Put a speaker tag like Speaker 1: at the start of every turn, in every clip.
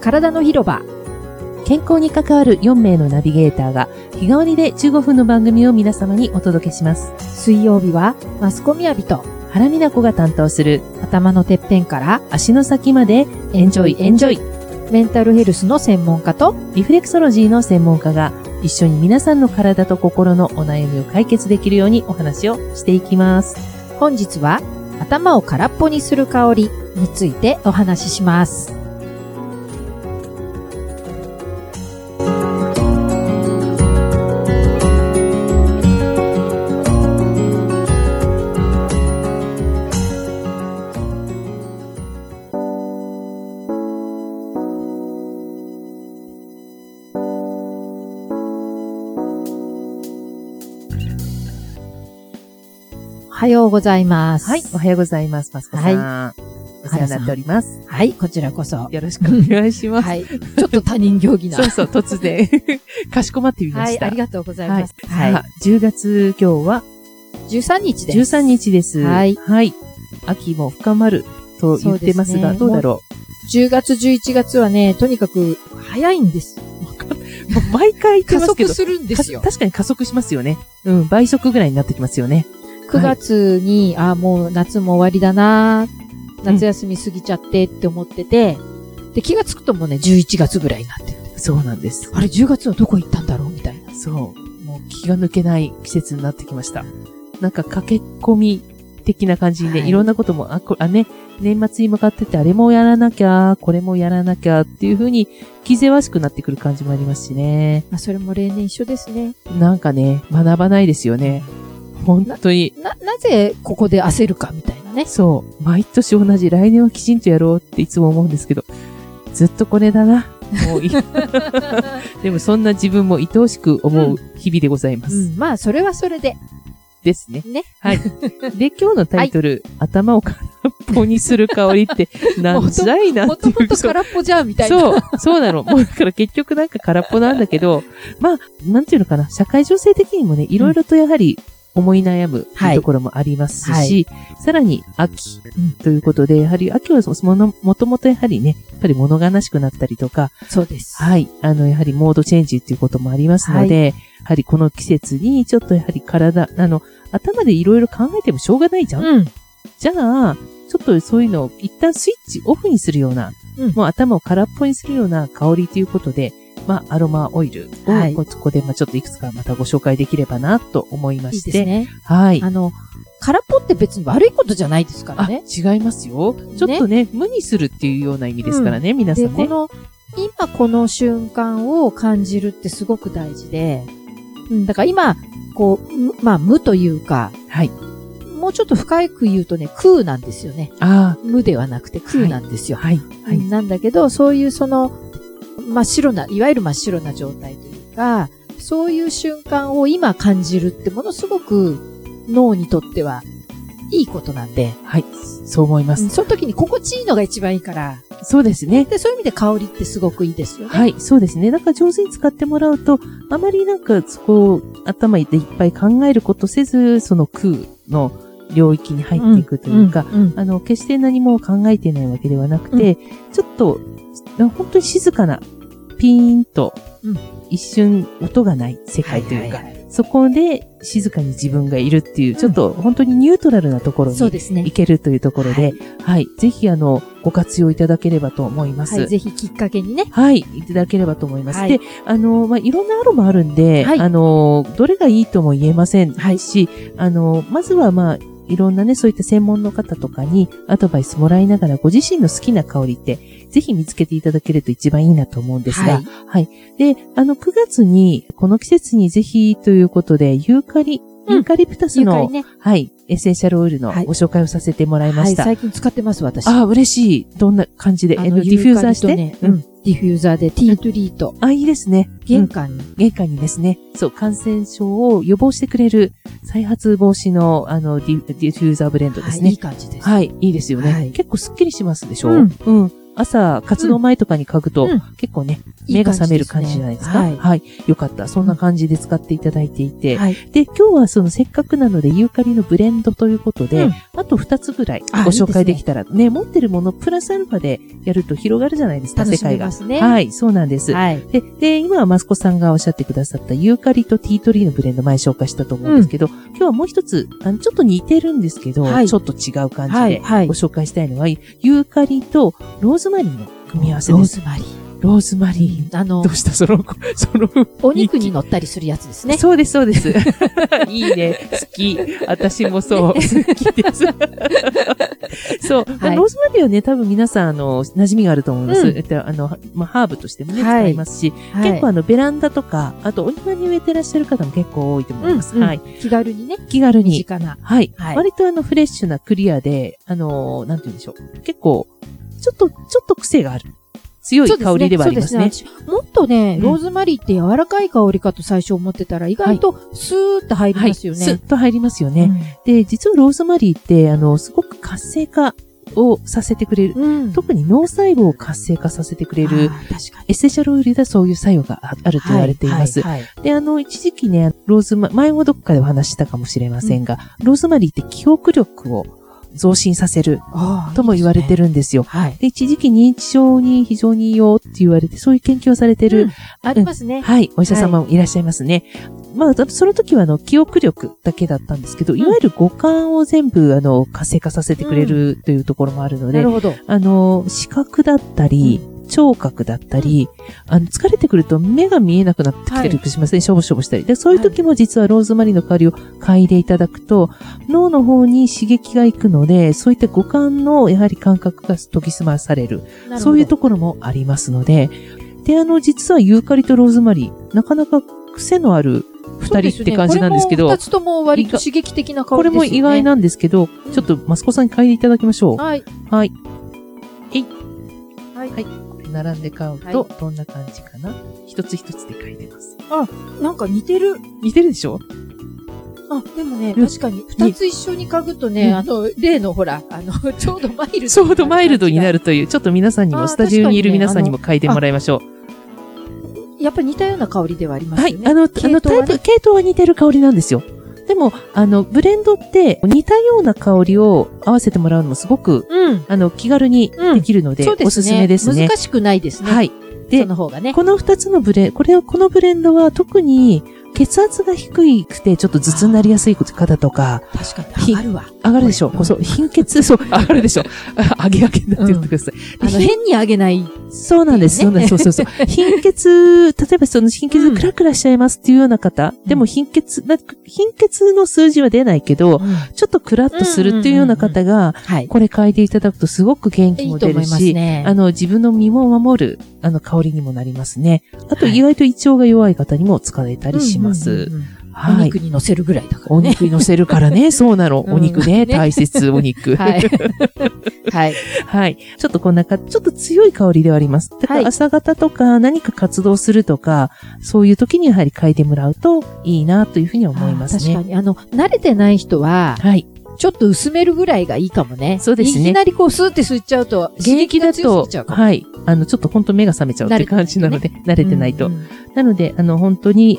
Speaker 1: 体の広場
Speaker 2: 健康に関わる4名のナビゲーターが日替わりで15分の番組を皆様にお届けします。
Speaker 1: 水曜日はマスコミ旅と
Speaker 2: 原美奈子が担当する
Speaker 1: 頭のてっぺんから
Speaker 2: 足の先までエンジョイエンジョイ
Speaker 1: メンタルヘルスの専門家と
Speaker 2: リフレクソロジーの専門家が一緒に皆さんの体と心のお悩みを解決できるようにお話をしていきます。
Speaker 1: 本日は頭を空っぽにする香りについてお話しします。おはようございます。
Speaker 2: はい、おはようございます、マスコさん。お世話になっております。
Speaker 1: はい、こちらこそ。
Speaker 2: よろしくお願いします。
Speaker 1: はい。ちょっと他人行儀な。
Speaker 2: そうそう、突然。かしこまってみま
Speaker 1: は
Speaker 2: し
Speaker 1: い、
Speaker 2: た。
Speaker 1: ありがとうございます。
Speaker 2: はい。
Speaker 1: は。
Speaker 2: 10月今日はい
Speaker 1: 13日です。
Speaker 2: 13日です。
Speaker 1: はい
Speaker 2: 秋も深まると言ってます
Speaker 1: そうです
Speaker 2: が、
Speaker 1: ね
Speaker 2: どうだろ
Speaker 1: 10月、11月はね、とにかく早いんです。
Speaker 2: う。もう 毎回言って
Speaker 1: 加
Speaker 2: ますけ
Speaker 1: 速
Speaker 2: ど。
Speaker 1: するんですよ
Speaker 2: か。確かに加速しますよね。うん、倍速ぐらいになってきますよね。
Speaker 1: 9月に、ああ、もう夏も終わりだな夏休み過ぎちゃってって思ってて、で、気がつくともうね、11月ぐらいになってる。
Speaker 2: そうなんです。
Speaker 1: あれ、10月はどこ行ったんだろうみたいな。
Speaker 2: そう。もう気が抜けない季節になってきました。なんか駆け込み的な感じで、ね、
Speaker 1: はいい
Speaker 2: ろんなことも、あ、こあね、年末に向かってって、あれもやらなきゃ、これもやらなきゃっていう風に、気ぜわしくなってくる感じもありますしね。
Speaker 1: まあ、それも例年一緒ですね。
Speaker 2: なんかね、学ばないですよね。本当に。
Speaker 1: な、なぜここで焦るかみたいな ね。
Speaker 2: そう。毎年同じ、来年はきちんとやろうっていつも思うんですけど、ずっとこれだな。もういいでもそんな自分も愛おしく思う日々でございます。
Speaker 1: うん、まあ、それはそれで。
Speaker 2: ですね。
Speaker 1: ね。
Speaker 2: はい。で、今日のタイトル、頭を空っぽにする香りって、なんじゃいな
Speaker 1: も
Speaker 2: って
Speaker 1: と
Speaker 2: い
Speaker 1: もと
Speaker 2: う。そう
Speaker 1: 空っぽじゃん、みたいな。
Speaker 2: そう、そうなの。もうだから結局なんか空っぽなんだけど、まあ、なんていうのかな、社会情勢的にもね、いろいろとやはり思い悩むっていうところもありますし、さらに秋
Speaker 1: うん
Speaker 2: ということで、やはり秋はそものもともとやはりね、やっぱり物悲しくなったりとか、
Speaker 1: そうです。
Speaker 2: はい、あの、やはりモードチェンジっていうこともありますので、やはりこの季節にちょっとやはり体、あの、頭でいろいろ考えてもしょうがないじゃん、
Speaker 1: うん。
Speaker 2: じゃあ、ちょっとそういうのを一旦スイッチオフにするような、
Speaker 1: うん
Speaker 2: もう頭を空っぽにするような香りということで、まあ、アロマオイルを、
Speaker 1: はい
Speaker 2: こここで、まあ、ちょっといくつかまたご紹介できればなと思いま
Speaker 1: いい
Speaker 2: して。
Speaker 1: ですね。
Speaker 2: はい。
Speaker 1: あの、空っぽって別に悪いことじゃないですから
Speaker 2: あ、
Speaker 1: ね。
Speaker 2: 違いますよ。ちょっとね無にするっていうような意味ですからね、皆さ
Speaker 1: で、
Speaker 2: ん
Speaker 1: こ
Speaker 2: ね。
Speaker 1: の、今この瞬間を感じるってすごく大事で、うん、だから今、こう、むまあ、無というか、
Speaker 2: はい。
Speaker 1: もうちょっと深く言うとね、空なんですよね。
Speaker 2: あ
Speaker 1: 無ではなくて空なんですよ。
Speaker 2: あ、はい。は
Speaker 1: う
Speaker 2: い。
Speaker 1: んなんだけど、そういうその、真っ白な、いわゆる真っ白な状態というか、そういう瞬間を今感じるってものすごく脳にとってはいいことなんで、
Speaker 2: はい。そう思いま
Speaker 1: う
Speaker 2: す。
Speaker 1: んその時に心地いいのが一番いいから、
Speaker 2: そうですね。
Speaker 1: で、そういう意味で香りってすごくいいですよね。
Speaker 2: はい、そうですね。だから上手に使ってもらうと、あまりなんか、そこを頭でいっぱい考えることせず、その空の領域に入っていくというか、
Speaker 1: うん、
Speaker 2: あの、決して何も考えてないわけではなくて、ちょっと、本当に静かな、ピーンと、
Speaker 1: うん
Speaker 2: 一瞬音がない世界というか、そこで静かに自分がいるっていう、ちょっと本当にニュートラルなところに
Speaker 1: そうです
Speaker 2: 行
Speaker 1: ね。
Speaker 2: けるというところで、はい、ぜひあの、ご活用いただければと思います。
Speaker 1: はい、ぜひきっかけにね。
Speaker 2: はい、いただければと思います。
Speaker 1: はい
Speaker 2: で、あの、まあ、いろんなアロマあるんで、
Speaker 1: はい
Speaker 2: あの、どれがいいとも言えませんし、あの、まずはまあ、いろんなね、そういった専門の方とかにアドバイスもらいながら、ご自身の好きな香りって、ぜひ見つけていただけると一番いいなと思うんですが、
Speaker 1: はい
Speaker 2: で、あの、9月に、この季節にぜひということで、ユーカリ、
Speaker 1: うん
Speaker 2: ユーカリプタス
Speaker 1: ゆか
Speaker 2: の、
Speaker 1: りね。
Speaker 2: はい、エッセンシャルオイルの
Speaker 1: はい
Speaker 2: ご紹介をさせてもらいま
Speaker 1: はい、
Speaker 2: した。
Speaker 1: 最近使ってます、私。
Speaker 2: ああ、嬉しい。どんな感じで、
Speaker 1: あ
Speaker 2: えっと、
Speaker 1: の
Speaker 2: ディフューザーして。
Speaker 1: ユカリとね
Speaker 2: う。
Speaker 1: うんん。ディフューザーでティートリート。
Speaker 2: あ、いいですね。うん
Speaker 1: 玄関に。
Speaker 2: 玄関にですね、そう、感染症を予防してくれる再発防止の、あの、ディディフューザーブレンドで
Speaker 1: は
Speaker 2: す
Speaker 1: い、い
Speaker 2: ね
Speaker 1: い。感じです。
Speaker 2: はい、いいですよね。
Speaker 1: はい
Speaker 2: 結構スッキリしますでしょ
Speaker 1: うん
Speaker 2: うん。朝、活動前とかに嗅ぐと、
Speaker 1: うん
Speaker 2: 結構ね、
Speaker 1: いい
Speaker 2: 目が覚める感じじゃないですか。
Speaker 1: はい。
Speaker 2: はい。よかった。そんな感じで使っていただいていて。
Speaker 1: はい。
Speaker 2: で、今日はそのせっかくなので、ユーカリのブレンドということで、
Speaker 1: うん
Speaker 2: あと2つぐらい
Speaker 1: あ
Speaker 2: ご紹
Speaker 1: い
Speaker 2: 介
Speaker 1: いで
Speaker 2: で
Speaker 1: ね
Speaker 2: すきたら、ね持ってるものプラスアルファでやると広がるじゃないですか、
Speaker 1: 楽
Speaker 2: 世
Speaker 1: しめ
Speaker 2: 界が
Speaker 1: ま。すね。い。
Speaker 2: はい、そうなんです。
Speaker 1: はい。
Speaker 2: で、で、今はマスコさんがおっしゃってくださったユーカリとティートリーのブレンド前紹介したと思うんですけど、今日はもう一つ、あの、ちょっと似てるんですけど、
Speaker 1: はい
Speaker 2: ちょっと違う感
Speaker 1: は
Speaker 2: じ
Speaker 1: い。
Speaker 2: で
Speaker 1: はい
Speaker 2: ご。紹介したいのは、ユーカリとローズマリーの組み合わせ
Speaker 1: ロ
Speaker 2: で
Speaker 1: ー
Speaker 2: す。
Speaker 1: ズマリ
Speaker 2: ローズマリ
Speaker 1: ー。あの
Speaker 2: ー。ど、うしたその、その、
Speaker 1: お肉に乗ったりするやつですね。
Speaker 2: そうです、そ うです。いいね。好き。私もそう。好き です。そう。まあ
Speaker 1: はい
Speaker 2: ローズマリーはね、多分皆さん、あの、馴染みがあると思います。
Speaker 1: うん
Speaker 2: えっとあの、まあ、ハーブとしてもね、
Speaker 1: はい
Speaker 2: 使いますし、
Speaker 1: はい
Speaker 2: 結構あの、ベランダとか、あとお庭に植えてらっしゃる方も結構多いと思います。
Speaker 1: うんうん
Speaker 2: はい。
Speaker 1: 気軽にね、
Speaker 2: 気軽
Speaker 1: 身
Speaker 2: に。
Speaker 1: 近な。
Speaker 2: はい。
Speaker 1: はい
Speaker 2: 割とあの、フレッシュなクリアで、あの、なんて言うんでしょう。結構、ちょっと、ちょっと癖がある。強い香りではありますね。
Speaker 1: そうですねもっとね
Speaker 2: う、ん
Speaker 1: ローズマリーって柔らかい香りかと最初思ってたら、意外とスーッと入りますよね。
Speaker 2: スッと入りますよね。
Speaker 1: ね。
Speaker 2: で、実はローズマリーって、あの、すごく活性化をさせてくれる。
Speaker 1: うん。
Speaker 2: 特に脳細胞を活性化させてくれる
Speaker 1: あ。ー確かに。
Speaker 2: エッセンシャルオイルではそういう作用がああると言われています。
Speaker 1: はい。はい
Speaker 2: で、あの、一時期ね、ローズマ、前もどっかでお話ししたかもしれませんが、ローズマリーって記憶力を増進させる
Speaker 1: あー
Speaker 2: とも言われて。るんですよ。
Speaker 1: はい。
Speaker 2: で、一時期認知症に非常にいいよって言われて、そういう研究をされてる、
Speaker 1: うんありますね。
Speaker 2: はい、お医者様もいらっしゃいますね。まあ、だその時は、あの、記憶力だけだったんですけど、いわゆる五感を全部、あの、活性化させてくれるというところもあるの
Speaker 1: な
Speaker 2: で、
Speaker 1: るほど。
Speaker 2: あの、視覚だったり、聴覚だったり、あの、疲れてくると目が見えなくなってきたりしません、しょぼしょぼしたり。で、そういう時も実はローズマリーの香りを嗅いでいただくと、脳の方に刺激がいくので、そういった五感の、やはり感覚が研ぎ澄まされる。
Speaker 1: なるほど
Speaker 2: そういうところもありますので、で、あの、実はユーカリとローズマリー、なかなか癖のある
Speaker 1: そ
Speaker 2: 二
Speaker 1: う
Speaker 2: 人
Speaker 1: で
Speaker 2: っ
Speaker 1: す
Speaker 2: て
Speaker 1: ね
Speaker 2: 感じなんですけど、
Speaker 1: これも
Speaker 2: こ
Speaker 1: 二つとも割と刺激的な香り
Speaker 2: れ
Speaker 1: ですよね。
Speaker 2: も意外。なんですけど、ちょっとマスコさんに嗅いでいただきましょう。
Speaker 1: はい。
Speaker 2: はい。
Speaker 1: はい
Speaker 2: は。い並んで買うと、どんな感じかな、一つ一つで嗅いでます。
Speaker 1: なんか似てる。
Speaker 2: 似てるでしょ
Speaker 1: あ、でもね、
Speaker 2: うん
Speaker 1: 確かに、二つ一緒に嗅ぐと
Speaker 2: う
Speaker 1: ね、
Speaker 2: ん
Speaker 1: あの、例のほら、あの、 ちょうどマイルド。
Speaker 2: ちょうどマイルドにな。るという、ちょっと皆さんに
Speaker 1: あ
Speaker 2: も、
Speaker 1: ー
Speaker 2: スタジオにいる皆さんにも嗅いでもらいましょう。
Speaker 1: やっぱ似たような香りではあります
Speaker 2: は
Speaker 1: よ
Speaker 2: い
Speaker 1: ね。。
Speaker 2: あの、あ
Speaker 1: 系
Speaker 2: の、
Speaker 1: 統
Speaker 2: タ
Speaker 1: は
Speaker 2: イ
Speaker 1: ね
Speaker 2: プ、系統は似てる香りなんですよ。でも、あの、ブレンドって、似たような香りを合わせてもらうのもすごく
Speaker 1: うん。
Speaker 2: あの、気軽に
Speaker 1: うん
Speaker 2: できるので、
Speaker 1: そうですね。
Speaker 2: おすすめですね。
Speaker 1: 難しくないですね。
Speaker 2: はい。で
Speaker 1: その方がね。
Speaker 2: この二つのブレ、これを、このブレンドは特に血圧が低くてちょっと頭痛になりやすい方とか、
Speaker 1: 確か
Speaker 2: ひ
Speaker 1: に。あるわ。
Speaker 2: 上がるでしょう。
Speaker 1: うん
Speaker 2: こうそう、貧血、 そう、上がるでしょう。あ上げ上げになって言ってください。
Speaker 1: あの、
Speaker 2: ひ
Speaker 1: 変にあげない。
Speaker 2: そうなんです。
Speaker 1: いい
Speaker 2: そう
Speaker 1: よ
Speaker 2: なんで
Speaker 1: ね
Speaker 2: す。そ う そうそう。貧血、例えばその貧血
Speaker 1: う
Speaker 2: で
Speaker 1: ん
Speaker 2: クラクラしちゃいますっていうような方、でも貧血、な貧血の数字は出ないけど、
Speaker 1: は
Speaker 2: ちょっとクラッとするっていうような方が、
Speaker 1: い。
Speaker 2: これ嗅いでいただくとすごく元気
Speaker 1: い
Speaker 2: も
Speaker 1: いと
Speaker 2: 出
Speaker 1: 思
Speaker 2: る
Speaker 1: いま
Speaker 2: し
Speaker 1: す、ね。
Speaker 2: あの、自分の身も守る、あの、香りにもなりますね。あと、
Speaker 1: はい
Speaker 2: 意外と胃腸が弱い方にも使えたりします。
Speaker 1: うんうんうんうん。お
Speaker 2: はい。
Speaker 1: 肉に乗せるぐらいだから
Speaker 2: お
Speaker 1: ね。
Speaker 2: 肉に乗せるからね。そうなの。
Speaker 1: うん
Speaker 2: お肉
Speaker 1: ね
Speaker 2: ね。大切、お肉。
Speaker 1: はい。はい。
Speaker 2: はい。ちょっとこんなか、ちょっと強い香りではあります。だか
Speaker 1: はい
Speaker 2: ら朝方とか何か活動するとか、そういう時にやはり嗅いでもらうといいなというふうに思います
Speaker 1: 確
Speaker 2: ね。
Speaker 1: かに。あの、慣れてない人は、
Speaker 2: はい。
Speaker 1: ちょっと薄めるぐらいがいいかもね。
Speaker 2: そうですね
Speaker 1: いきなりこうスーって吸っちゃうと、
Speaker 2: 現役だ
Speaker 1: 刺激が強す
Speaker 2: と
Speaker 1: ぎちゃう、かも
Speaker 2: はい。あの、ちょっと本当目が覚めちゃうっていう感じなので、慣れてないと。
Speaker 1: うんうん
Speaker 2: なので、あの、本当に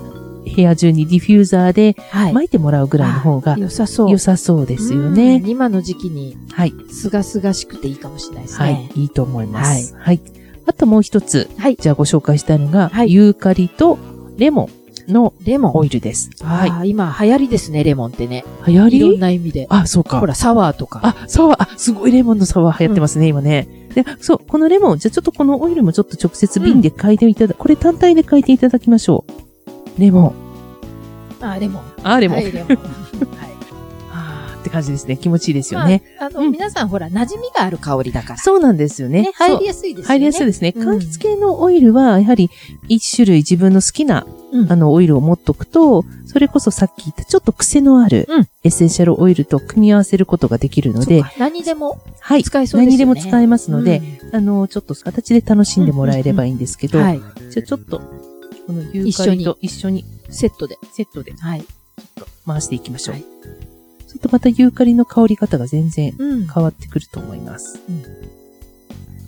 Speaker 2: 部屋中にディフューザーで
Speaker 1: はい。
Speaker 2: 巻いてもらうぐらいの方が
Speaker 1: 良さそう。
Speaker 2: 良さそうですよね
Speaker 1: う。ん。今の時期に、
Speaker 2: はい。
Speaker 1: すがすがしくていいかもしれないです
Speaker 2: は
Speaker 1: ね
Speaker 2: い。。いいと思います。はい。あともう一つ。
Speaker 1: はい
Speaker 2: じゃあご紹介したいのが、
Speaker 1: はい
Speaker 2: ユーカリとレモンの
Speaker 1: レモ
Speaker 2: オ
Speaker 1: ン。
Speaker 2: イルです。はい。
Speaker 1: はい。今、流行りですね、レモンってね。
Speaker 2: 流行
Speaker 1: いろん
Speaker 2: り
Speaker 1: な意味で。
Speaker 2: あ、そうか
Speaker 1: ほ。ら、サワーとか。
Speaker 2: あ、サワー、あ、すごいレモンのサワー流行ってますね、今ね。で、そう、このレモン、じゃあちょっとこのオイルもちょっと直接瓶で嗅いでいただ、これ単体で嗅いでいただきましょう。レモン。
Speaker 1: あ、レモン。
Speaker 2: あ、レモン。
Speaker 1: はい、レモン。はい。
Speaker 2: あーって感じですね。気持ちいいですよ
Speaker 1: ま
Speaker 2: ね。
Speaker 1: ああ
Speaker 2: う
Speaker 1: の、
Speaker 2: ん
Speaker 1: 皆さんほら、馴染みがある香りだから。
Speaker 2: そうなんですよね。
Speaker 1: ね。
Speaker 2: そう
Speaker 1: 入りやすいですよね。
Speaker 2: 入りやすい
Speaker 1: い。
Speaker 2: ですね。
Speaker 1: うん
Speaker 2: 柑橘系のオイルは、やはり一種類自分の好きな、
Speaker 1: うん
Speaker 2: あの、オイルを持っとくと、それこそさっき言ったちょっと癖のある
Speaker 1: うん
Speaker 2: エッセンシャルオイルと組み合わせることができるの
Speaker 1: そう
Speaker 2: で、
Speaker 1: か何でも
Speaker 2: はい。
Speaker 1: 使えそうです
Speaker 2: 何
Speaker 1: よね。
Speaker 2: でも使えますので、
Speaker 1: う
Speaker 2: あの、ちょっと形で楽しんでもらえればいいんですけど、
Speaker 1: ん、はい。
Speaker 2: じゃあちょっと、このユーカリと一緒に
Speaker 1: セットで。
Speaker 2: セットで
Speaker 1: はい。
Speaker 2: 回していきましょう。
Speaker 1: はい
Speaker 2: ちょっとまたユーカリの香り方が全然
Speaker 1: うん。
Speaker 2: 変わってくると思います。
Speaker 1: うん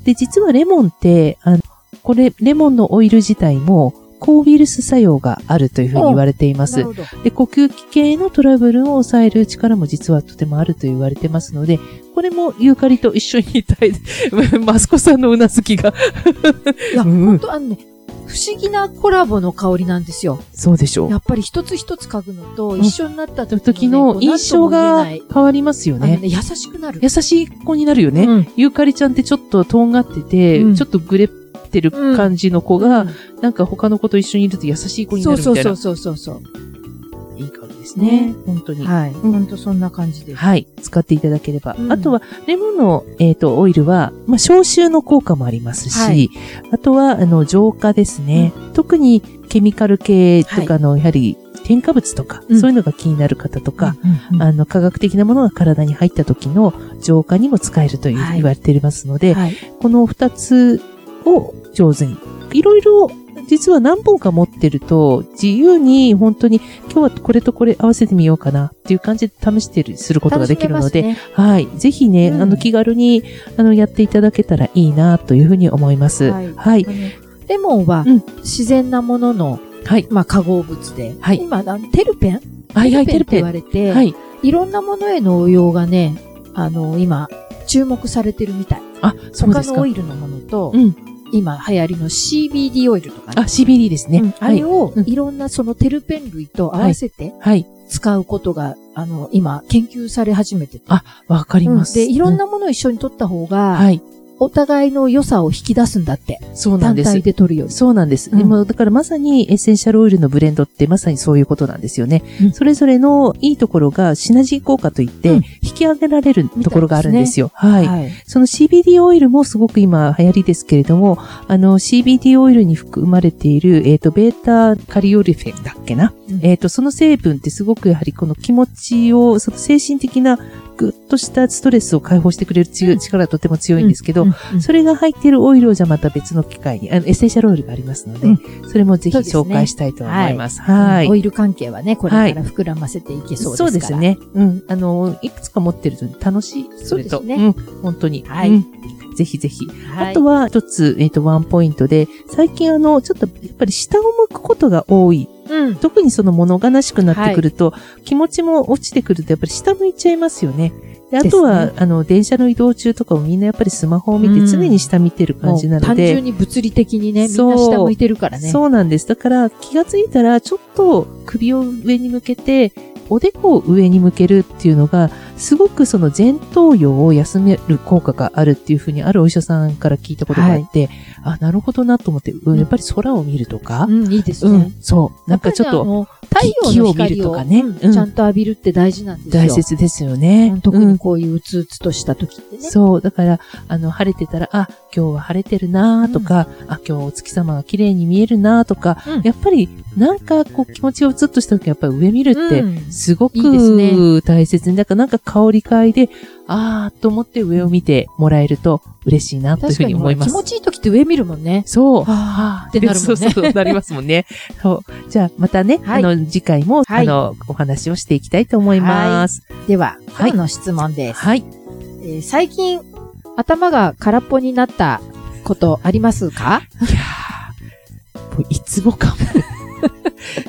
Speaker 2: で、実はレモンって、あの、これ、レモンのオイル自体も、抗ウイルス作用があるというふうに言われていま
Speaker 1: なる
Speaker 2: す。
Speaker 1: ほど。
Speaker 2: で、呼吸器系のトラブルを抑える力も実はとてもあると言われてますので、これもユーカリと一緒に いたい。マスコさんのうなずきが。
Speaker 1: いや
Speaker 2: うんうん
Speaker 1: 本当あのね、不思議なコラボの香りなんですよ。
Speaker 2: そうでしょう
Speaker 1: や。っぱり一つ一つ嗅ぐのと、
Speaker 2: ん
Speaker 1: 一緒になった時
Speaker 2: 時
Speaker 1: の,、ね、
Speaker 2: の印象が
Speaker 1: ね
Speaker 2: 変、わりますよ
Speaker 1: あのね
Speaker 2: ね。
Speaker 1: 優しくなる。
Speaker 2: 優しい子になるよね。
Speaker 1: うん
Speaker 2: ユーカリちゃんってちょっととんがってて、
Speaker 1: うん
Speaker 2: ちょっとグレってる感じの子が、なんか他の子と一緒にいると優しい子にな
Speaker 1: そう
Speaker 2: るみた
Speaker 1: そ
Speaker 2: いうな。
Speaker 1: そうそうそうそう。
Speaker 2: いい香りですね。本当に。
Speaker 1: はい。
Speaker 2: ん
Speaker 1: ほんとそんな感じです。
Speaker 2: はい。使っていただければ。
Speaker 1: うん
Speaker 2: あとは、レモンの、えっ、と、オイルは、まあ、消臭の効果もありますし、
Speaker 1: はい
Speaker 2: あとは、あの、浄化ですね。特に、ケミカル系とかの、やはり、添加物とか、
Speaker 1: うん
Speaker 2: そういうのが気になる方とか、
Speaker 1: うんうん
Speaker 2: あの、科学的なものが体に入った時の浄化にも使えるというふう
Speaker 1: は
Speaker 2: に
Speaker 1: い
Speaker 2: 言われていますので、
Speaker 1: はい。
Speaker 2: この二つを上手に。いろいろ、実は何本か持ってると、自由に本当に、今日はこれとこれ合わせてみようかなっていう感じで試してる、することができるので、
Speaker 1: 楽しめます
Speaker 2: はい。ぜひね、
Speaker 1: うん
Speaker 2: あの、気軽に、あの、やっていただけたらいいな、というふうに思います。は。
Speaker 1: はいい
Speaker 2: はい。
Speaker 1: ね、あのレモンは
Speaker 2: うん、
Speaker 1: 自然なものの、
Speaker 2: はい。
Speaker 1: まあ、化合物で、
Speaker 2: はい
Speaker 1: 今、あのテルペン
Speaker 2: はい、はい、
Speaker 1: テ
Speaker 2: テ
Speaker 1: ル
Speaker 2: ル
Speaker 1: ペンって
Speaker 2: ペ
Speaker 1: 言わ
Speaker 2: ン。
Speaker 1: れて、、
Speaker 2: はいい。
Speaker 1: ろんなものへの応用がね、あの、今、注目されてるみたい。
Speaker 2: あ、そう
Speaker 1: 他
Speaker 2: です
Speaker 1: の
Speaker 2: か
Speaker 1: オ。イルのものと、
Speaker 2: うん
Speaker 1: 今流行りの CBD オイルとか
Speaker 2: あ、
Speaker 1: ね。
Speaker 2: CBD ですね。
Speaker 1: うんあ
Speaker 2: は
Speaker 1: れ
Speaker 2: い。
Speaker 1: を
Speaker 2: うん
Speaker 1: いろんなそのテルペン類と合わせて
Speaker 2: はい。
Speaker 1: 使うことが、あの、今研究され始めてて。
Speaker 2: あわかり
Speaker 1: うん
Speaker 2: ます。
Speaker 1: で、いろん
Speaker 2: な、
Speaker 1: なものを一緒に取った方
Speaker 2: は
Speaker 1: が、
Speaker 2: い。
Speaker 1: お互いの良さを引き出すんだって。
Speaker 2: そうなん
Speaker 1: 単
Speaker 2: です
Speaker 1: 体。で取るより。
Speaker 2: そうなんです。
Speaker 1: うん
Speaker 2: でも、だからまさにエッセンシャルオイルのブレンドってまさにそういうことなんですよね。
Speaker 1: うん
Speaker 2: それぞれのいいところがシナジー効果といって、
Speaker 1: うん
Speaker 2: 引き上げられるところがあるんですよ。はい。
Speaker 1: はい。
Speaker 2: その CBD オイルもすごく今流行りですけれども、あの CBD オイルに含まれている、えっ、と、ベータカリオリフェンだっけな。
Speaker 1: うん
Speaker 2: えっ、と、その成分ってすごくやはりこの気持ちを、その精神的なぐっとしたストレスを解放してくれるち
Speaker 1: うん
Speaker 2: 力がとても強いんですけど、
Speaker 1: うんうん
Speaker 2: それが入っているオイルをじゃあまた別の機会に、あの、エッセンシャルオイルがありますので、
Speaker 1: うん
Speaker 2: それもぜひ
Speaker 1: そうですね
Speaker 2: 紹介したいと思います。はい。
Speaker 1: オイル関係はね、これから膨らませていけそうですから。
Speaker 2: そうです。ね。うん。あの、いくつか持ってると楽しい。それと。
Speaker 1: そうです
Speaker 2: う
Speaker 1: ね
Speaker 2: ん。本当に。
Speaker 1: はい
Speaker 2: うんぜひぜひ。
Speaker 1: はい
Speaker 2: あとは、一つ、えっ、と、ワンポイントで、最近あの、ちょっと、やっぱり下を向くことが多い。
Speaker 1: うん。
Speaker 2: 特にその物悲しくなってくると、気持ちも落ちてくると、やっぱり下向いちゃいますよね。であとは、
Speaker 1: で
Speaker 2: あの、電車の移動中とかもみんなやっぱりスマホを見て
Speaker 1: うん
Speaker 2: 常に下見てる感じな
Speaker 1: もう
Speaker 2: の
Speaker 1: 単
Speaker 2: で、
Speaker 1: 純に物理的にね、みん
Speaker 2: そう
Speaker 1: な下向いてるからね。
Speaker 2: そうなんです。だから気がついたらちょっと首を上に向けて、おでこを上に向けるっていうのが、すごくその前頭葉を休める効果があるっていうふうに、あるお医者さんから聞いたことがあって、あ、なるほどなと思って、うん
Speaker 1: うん
Speaker 2: やっぱり空を見るとか、
Speaker 1: うん、いいです
Speaker 2: うん、
Speaker 1: ね。
Speaker 2: そう。なんかちょっ
Speaker 1: や
Speaker 2: と
Speaker 1: ぱりあの、太陽の光を
Speaker 2: 木を見るとかね
Speaker 1: うん
Speaker 2: うん
Speaker 1: ちゃんと浴びるって大事なんですよ。
Speaker 2: 大切ですよね
Speaker 1: う。ん特
Speaker 2: うん
Speaker 1: にこういううつうつとした時ってね。
Speaker 2: そう、だから、あの、晴れてたら、あ、今日は晴れてるなとか、あ、今日お月様が綺麗に見えるなとか、
Speaker 1: うん
Speaker 2: やっぱり、なんか、こう、気持ちをずっとした時は、やっぱり上見るって、
Speaker 1: うん
Speaker 2: すご
Speaker 1: いいです
Speaker 2: く大切に、だからなんか香り嗅いで、あーっと思って上を見てもらえると嬉しいなという
Speaker 1: 確
Speaker 2: ふう
Speaker 1: か
Speaker 2: に
Speaker 1: に
Speaker 2: 思いま
Speaker 1: 気
Speaker 2: す
Speaker 1: 持。ちいい時って上見るもんね。
Speaker 2: そう。
Speaker 1: ああ、ってなるもんね。
Speaker 2: そうそう、なりますも んね。そう。じゃあ、またね、
Speaker 1: はい
Speaker 2: あの、次回も、
Speaker 1: はい
Speaker 2: あの、お話をしていきたいと思います。
Speaker 1: では、
Speaker 2: は
Speaker 1: 今
Speaker 2: い
Speaker 1: 日の質問です、
Speaker 2: はい。
Speaker 1: えー最近、頭が空っぽになったことありますか
Speaker 2: いやー、もういつも かも。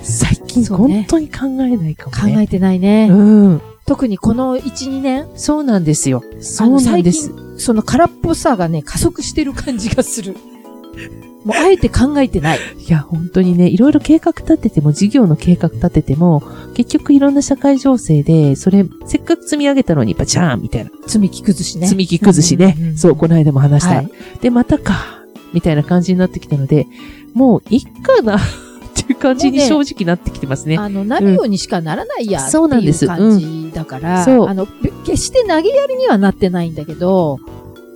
Speaker 2: 最近、
Speaker 1: そうね
Speaker 2: 本当に考えないかも
Speaker 1: 考
Speaker 2: ね。
Speaker 1: えてないね。
Speaker 2: うん。
Speaker 1: 特にこの1、2年、
Speaker 2: そうなんですよ。そ
Speaker 1: あの
Speaker 2: うなんで
Speaker 1: 最
Speaker 2: す。
Speaker 1: 近、その空っぽさがね、加速してる感じがする。 もう、あえて考えてない。
Speaker 2: いや、本当にね、いろいろ計画立てても、事業の計画立てても、結局いろんな社会情勢で、それ、せっかく積み上げたのに、バチャーンみたいな。
Speaker 1: 積み木崩しね。
Speaker 2: 積み木崩しね
Speaker 1: うんうんう。ん
Speaker 2: そう、この間も話した。
Speaker 1: はい。
Speaker 2: で、またか、みたいな感じになってきたので、もう、いっかな、 っていう感じに
Speaker 1: もうね
Speaker 2: 正直なってきてますね。
Speaker 1: あの、なるようにしかならないや、って
Speaker 2: そうなん
Speaker 1: い
Speaker 2: で
Speaker 1: う
Speaker 2: す
Speaker 1: 感じだから、
Speaker 2: うんそう
Speaker 1: あの、べ決して投げやりにはなってないんだけど、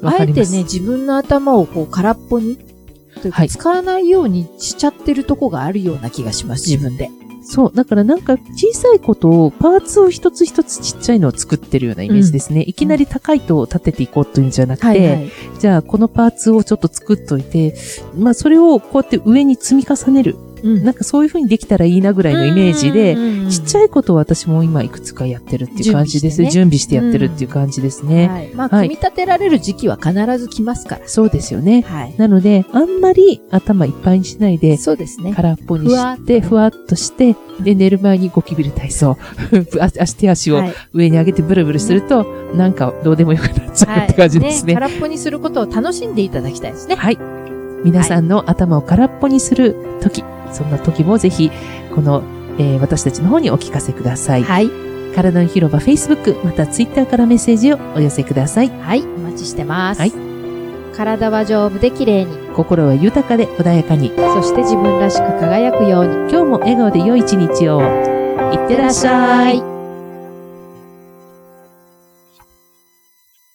Speaker 2: わ
Speaker 1: あ
Speaker 2: か
Speaker 1: え
Speaker 2: り
Speaker 1: て
Speaker 2: ます。
Speaker 1: ね、自分の頭をこう空っぽに、というか
Speaker 2: はい
Speaker 1: 使わないようにしちゃってるとこがあるような気がします、自分で。
Speaker 2: そう。だからなんか小さいことを、パーツを一つ一つちっちゃいのを作ってるようなイメージですね。いきなり高いと立てていこうというんじゃなくて、
Speaker 1: い。
Speaker 2: じゃあこのパーツをちょっと作っといて、まあそれをこうやって上に積み重ねる。
Speaker 1: うん
Speaker 2: なんかそういう風にできたらいいなぐらいのイメージで、ちっち
Speaker 1: ゃ
Speaker 2: ゃいことを私も今いくつかやってるっていう感じです。準備してやってるっていう感じですね。
Speaker 1: はい。まあ、
Speaker 2: はい
Speaker 1: 組み立てられる時期は必ず来ますから。
Speaker 2: そうですよね。
Speaker 1: はい。
Speaker 2: なので、あんまり頭いっぱいにしないで、
Speaker 1: そうですね。
Speaker 2: 空っぽにして、
Speaker 1: ふ
Speaker 2: ふわっとして、で、寝る前にゴキブリ体操、 ぶあ足手足を
Speaker 1: はい
Speaker 2: 上に上げてブルブルすると、なんかどうでもよくなっちゃうって感じですね。
Speaker 1: はい空っぽにすることを楽しんでいただきたいですね。
Speaker 2: はい。皆さんの頭を空っぽにする時、そんな時もぜひ、この、えー私たちの方にお聞かせください。
Speaker 1: はい。
Speaker 2: 体の広場 Facebook、また Twitter からメッセージをお寄せください。
Speaker 1: はい。お待ちしてます。
Speaker 2: はい
Speaker 1: 体は丈夫で綺麗に、
Speaker 2: 心は豊かで穏やかに。
Speaker 1: そして自分らしく輝くように。
Speaker 2: 今日も笑顔で良い一日を。いってらっしゃい。
Speaker 1: い。